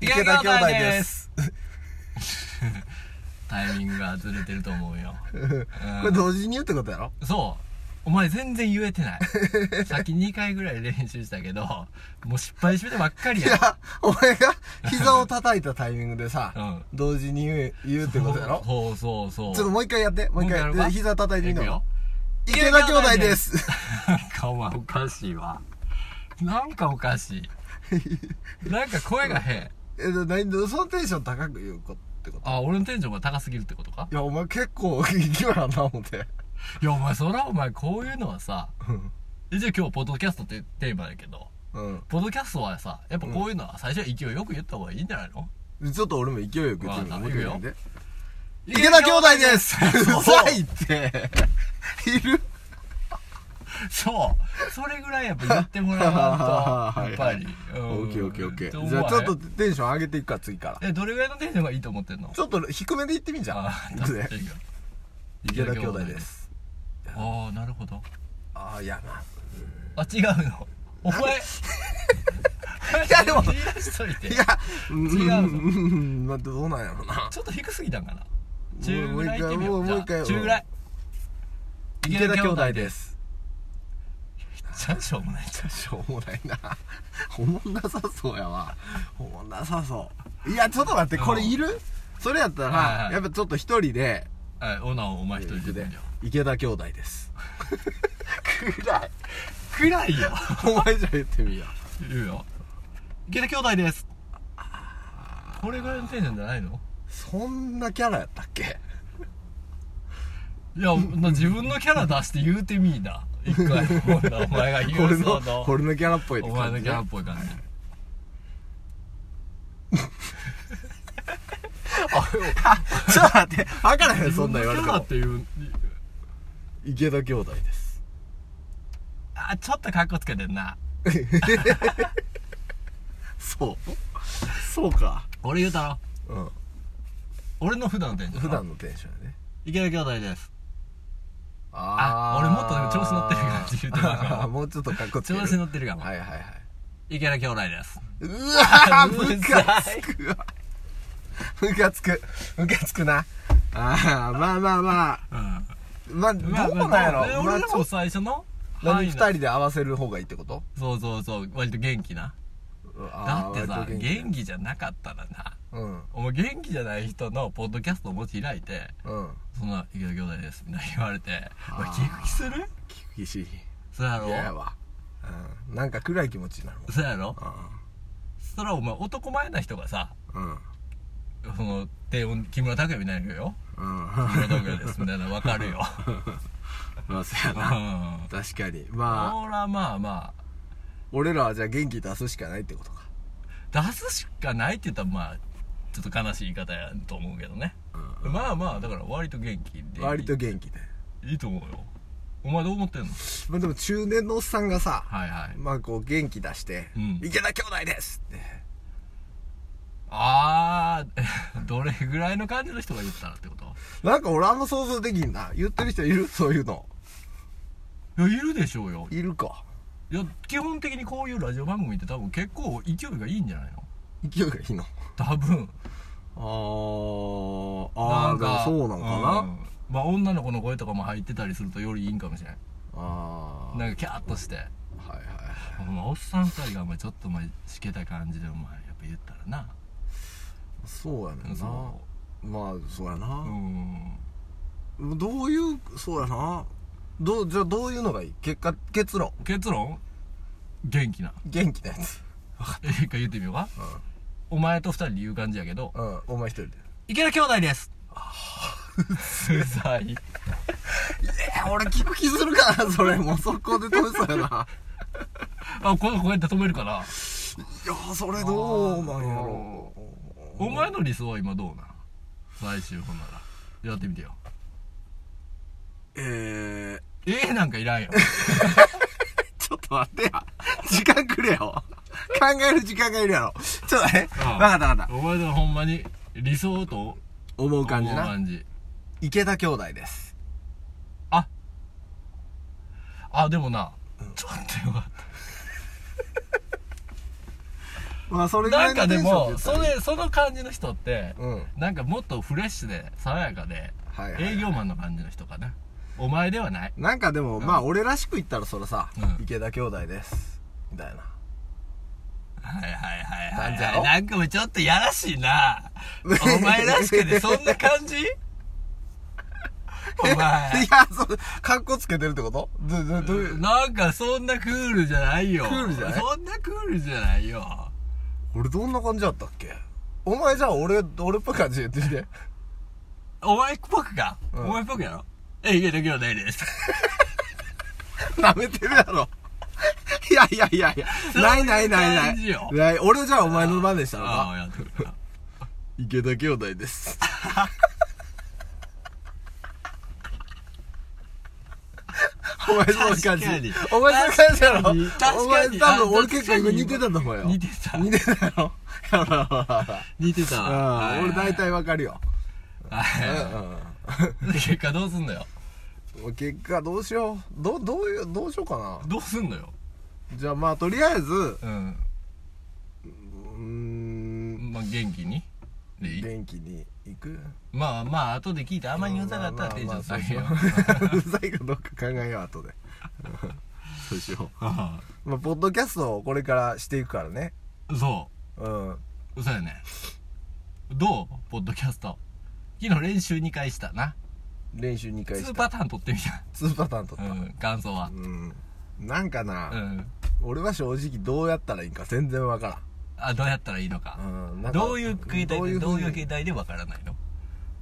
池田兄弟ですタイミングがずれてると思うよ、うん これ同時に言うってことやろそうお前全然言えて ないさっき2回ぐらい練習したけどもう失敗してばっかりいややお前が膝を叩いたタイミングでさ、うん同時に言う言うってことやろそうそうそうちょっともう一回やってもうもう一一回や回るかで膝叩いてみいくよよう池田兄弟ですなんかお前おかしいわなんかおかし いなんか声が変えな何でそのテンション高く言うこってことあ俺のテンションが高すぎるってことかいやお前結構勢いあんな思っていやお前そらお前こういうのはさうん一応今日ポッドキャストってテーマだけどうんポッドキャストはさやっぱこういうのは最初は勢いよく言った方がいいんじゃないのちょっと俺も勢いよく言っわてみかようったもう一回言って池田兄弟です そううざいっているそうそれぐらいやっぱ言ってもらわんとはいはいやっぱりうんオッケーオッケーオッケと思ーうじゃあちょっとねテンション上げていくから次からえどれぐらいのテンションがいいと思ってんのちょっと低めでいってみんじゃんあー行くぜ確かに池田兄弟ですああなるほどああいやなあ違うのお 前いやでも言い出しといていや違うぞうんまあどうなんやろなちょっと低すぎたんかな中もうぐらい行ってみようもう一回じゃあ中もう一回ぐらい池田兄弟ですすちゃんしょうもないちゃんしょうもない なおもんなさそうやわおもんなさそういやちょっと待ってこれいるそれやったはいはらいやっぱちょっと一人ではいオナをお前一人で行く行くでんじゃん池田兄弟です暗い暗いよお前じゃ言ってみよう言うよ池田兄弟ですこれぐらいのテンションじゃないのそんなキャラやったっけいやな自分のキャラ出して言うてみいな一回ほらお前が言俺うそのの俺のキャラっぽいお前のキャラっぽぽい感じいちょっと待って分からへんそんなん言われ自分のキてャラもっていう池田兄弟ですあちょっとカッコつけてんなそうそうか俺言うたろうん俺の普段のテンション普段のテンションやね池田兄弟ですああ俺もっとでも調子乗ってる感じ言うてたからあーもうちょっとかっこつけ調子乗ってるかも、はいはいはい池田兄弟ですうわーうるムさいカつくわムカつくムカつくなああまあまあまあうんまあどうまあまあなんやろまあまあ俺ちらょもっと最初の何二範囲の人で合わせる方がいいってことそうそうそう割と元気なだだってさ元気元気じゃなかったらなうんお前元気じゃない人のポッドキャストをもし開いてうん「そんな池田兄弟です」みたいな言われてあーお前気きする厳しいそうやろ嫌やわうんなんか暗い気持ちになるもんそうやろそしたらお前男前な人がさうん うんその低音木村拓哉みたいに言うようん木村拓哉ですみたいなの分かるよ まあそうやうなん確かにまあほらまあまあ俺らはじゃあ元気出すしかないってことか出すしかないって言ったらまあちょっと悲しい言い方やと思うけどね、まあまあだから割と元気で割と元気でいいと思うよお前どう思ってんのまあでも中年のおっさんがさはいはいまあこう元気出してうん「池田兄弟です!」ってああ どれぐらいの感じの人が言ったらってことなんか俺あんま想像できんな言ってる人いるそういうのいやいるでしょうよいるかいや基本的にこういうラジオ番組って多分結構勢いがいいんじゃないの勢いがいいの多分ああああーだからそうなのかな、うんまあ女の子の声とかも入ってたりするとよりいいんかもしれないああなんかキャーっとしてはいはいお前おっさん二人がお前ちょっとお前しけた感じでお前やっぱ言ったらなそうやねんなそまあそうやううな、んどういうそうやなどうじゃあどういうのがいい結果結論結論元気な 元気なやつえ一回言ってみようか、お前と二人で言う感じやけどうんお前一人で池田兄弟です うざいえ 俺聞く気するかなそれもう速攻で止めそうやなあこうこうやって止めるからいやそれどうなんやろお前の理想は今どうなん最終本ならやってみてよえー、ええなんかい らんよちょっと待ってや時間くれよ考える時間がいるやろちょっとね、うんわかったわかったお前のほんまに理想と思う感じ思うな感じ池田兄弟ですああでもな、ちょっとよかっまあそれぐらないんかでもそそれれその感じの人って、うんなんかもっとフレッシュで爽やかで、はいはい営業マンの感じの人かなお前ではないなんかでも、まあ俺らしく言ったらそれさ、うん池田兄弟ですみたいなはいはいなんはいじゃはいろなんかもうちょっとやらしい なお前らしくてそんな感じお前 いやそうかっこつけてるってことどどどういうなんかそんなクールじゃないよクールじゃないそんなクールじゃないよ俺どんな感じだったっけお前じゃあ俺俺っぽい感じで言ってみて お前っぽくか、うんお前っぽくやろえ、いけたけどないです。舐めてるやろ。 いやいやいやいや。そういうないないないな感じよい。ない俺じゃあお前の真似したのああ、か。やってくれた。池田兄弟です。 お前そういう感確じかに。お前そういう感じやろ確かに確かにお前多分俺あ結構今似てたと思うよ。似てた似て たやろ。ほらほらほら似てたわ。うん俺大い体わかるよ。はいはいはい。結果どうすんのよ。うんうん結果どうしよう。どう、どういう、どうしようかな。どうすんのよ。じゃあまあとりあえず、うん。うーん、まあ、元気に。でいい元気に行くまあまあ、後で聞いてあんまりうざかったらテンション下げよう。うざいかどうか考えよう後でそうしよあう、まあ、ポッドキャストをこれからしていくからねあ そうんう。そうやね。どうポッドキャスト。昨日練習2回したな。練習2回し2たパターン撮ってみた。 2パターン取うっん、感想はたう。ん、なんかな、うん。俺は正直どうやったらいいんか全然わかあ、どうやったらいいのか。らん,、うん、なんかどういう携帯で、どういうどういう携携帯でわからないの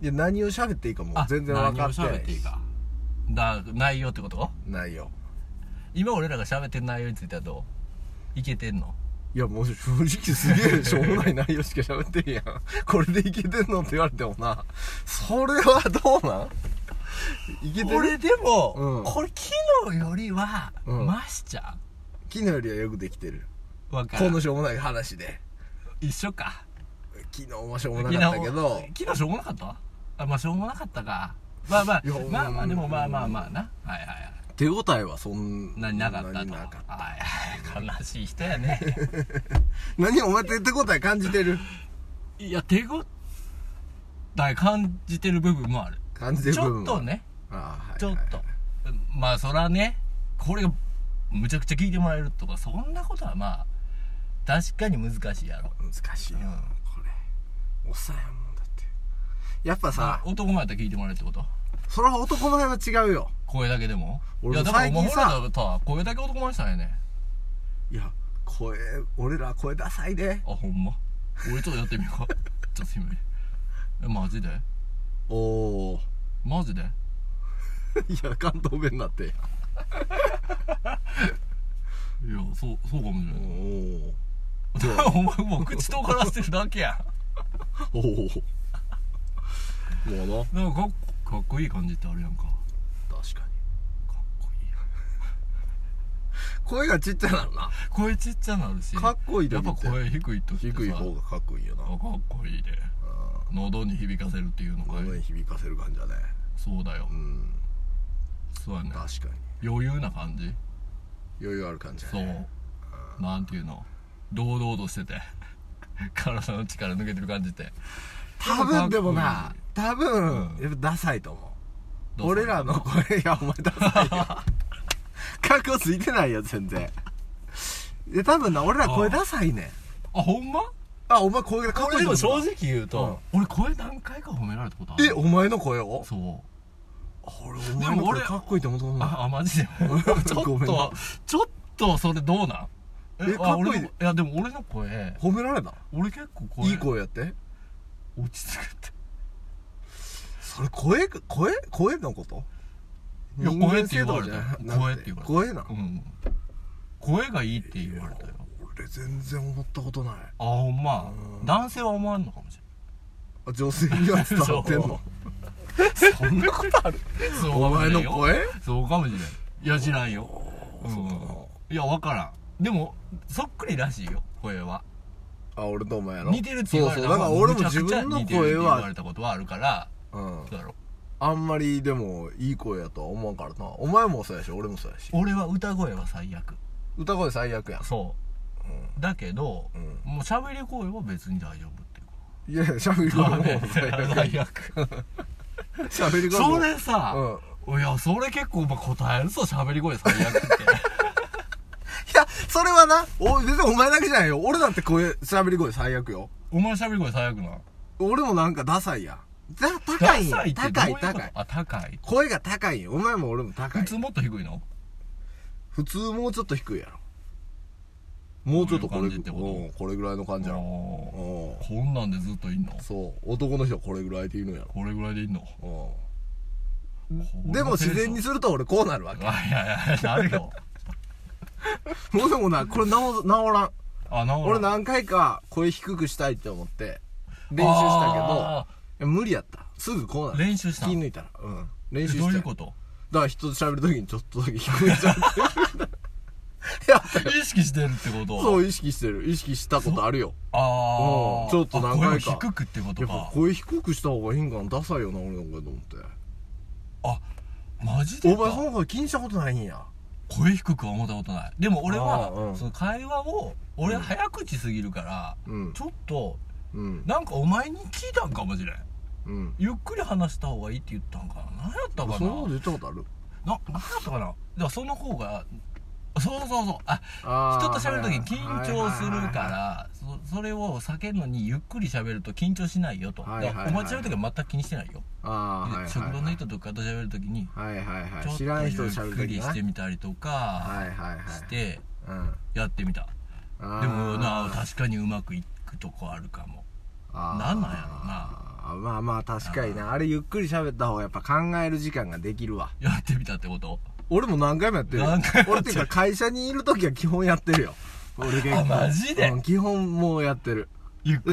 帯で何を喋っていいかもあ全然わかって何をな喋っていいいか。だ、内容ってことないよ今俺らが喋ってる内容についてはどういけてんのいやもう正直すげえしょうもない内容しか喋ってんやんこれでいけてんのって言われてもなそれはどうなんいけてる俺でも、うんこれ昨日よりは、うんマシちゃ昨日よりはよくできてるんわかこるのしょうもない話で一緒か昨日はしょうもなかったけど昨日昨日しょうもなかったあまあしょうもなかったかまあまあいやまあまあうんでもまあまあまあなはいはいはい手応えはそん何なかった何となかったはいはい悲しい人やね 何お前って手応え感じてるいや手応え感じてる部分もある感じてちる部ょっ分とねああはいちょっと、まあそらねこれむちゃくちゃ聞いてもらえるとかそんなことはまあ確かに難しいやろ難しいようんこれおっさんやもんだってやっぱさ男前やったら聞いてもらえるってことそれは男前は違うよ声だけでもい俺やだからお前最近ほさらだとは声だけ男前したんやねいや声俺ら声ダサいであほんま俺ちょっとやってみようか ちょっと今えマジでおおマジでいや関東弁になっていやそうそうかもしれおないお お前もう口とからしてるだけやおおもうなんなんかかっかっこいい感じってあるやんかかっ確かにこいいやん声がちっちゃなのな声ちっちゃなるしかっこいい時やっってぱ声低い時ってさ低い方がかっこいいよなあかっこいいでう喉に響かせるっていうのかん喉にい響かせる感じだねそうだようんそうやね確か余裕な感じに余裕ある感じだそうねなんていうの堂々としてて 体の力抜けてる感じって多分でもな多分うんやっぱダサいと思うどうぞ俺らの声いやお前ダサいよ 格好ついてないよ全然で多分な俺ら声ダサいねんあほんまあお前声がかっこ俺いいでとも正思う直言うと、俺声何回か褒められたことあえるお前の声をそう俺お前のでも俺声かっこいいと思うと思うあなあマ ジでちょごっめんなとちょっとそれどうなんえかっこいいあ俺のいやでも俺の声褒められた俺結構声いい声やって落ち着くってそれ声声声のこといや人声間って性言とわかれじたゃよな声って言われた声なうん声がいいって言われたよ俺全然思ったことないあほんまうん男性は思わんのかもしあ女性には伝わってん のそんなことあるれんそうお前のかもしれんよ声そうかもしれんいや知らんよ、うん、いや分からんでもそっくりらしいよ声はあ俺とお前やろ似てるって言われそうたそうだから俺むもちゃ自くちゃ分の似てるって声言わはれたことはあるからうんそうやろあんまりでもいい声やとは思わんからなお前もそうやし俺もそうやし俺は歌声は最悪歌声最悪やんそう、だけど、うんもう喋り声は別に大丈夫っていういやいや喋り声も 最悪最 悪喋り声もそれさ、いやそれ結構まあ答えるぞ喋り声最悪 っていやそれはなお全然お前だけじゃないよ俺だって声喋り声最悪よお前喋り声最悪な俺もなんかダサいやんだ高いんダやサってどうう高いこと高いあ高い声が高いんよお前も俺も高い普通もっと低いの普通もうちょっと低いやろもうちょっとこれこういう感じってことうんこれぐらいの感じやろおーうんこんなんでずっといんのそう男の人はこれぐらいでいいのやろこれぐらいでいんのうんでも自然にすると俺こうなるわいけやいやいやなるよもうでもなこれ治治らんあな俺何回か声低くしたいって思って練習したけどあいや無理やったすぐこうなる練習した気抜いたらうん練習したどういうとことだから人と喋るときにちょっとだけ低い ちゃってやったよ意識してるってことそう意識してる意識したことあるよあうんあちょっと何回か低くってことやっぱか声低くした方がいいんかなダサいよな俺の声と思ってあマジでおか前その声気にしたことないんや声低くは思ったことないでも俺は、あーうんその会話を俺早口すぎるから、うんちょっとうんなんかお前に聞いたんかもしれんうんゆっくり話した方がいいって言ったんかな何やったかそんななこと言ったことあるな何やったかなだからその方がそうそうそうああー人と喋るときに緊張するはいはいはいはいからそそれを避けるのにゆっくり喋ると緊張しないよと、はいはいはいだからお前と喋るときは全く気にしてないよ、あーはいはいはいで職場の人とかと喋るときにはいはいちょっはいと知らん人とゆ喋っるくときりなしはいてみたりとかはいはいしてうんやってみた、あーでもな確かにうまくいくとこあるかもあーなんなんやろなあーまあまあ確かになあれゆっくり喋った方がやっぱ考える時間ができるわやってみたってこと俺も何回もやってるよ何回も俺やっってているうか会社にいる時は基本やってるよ俺結構あマジでうん基本もうやってるゆっ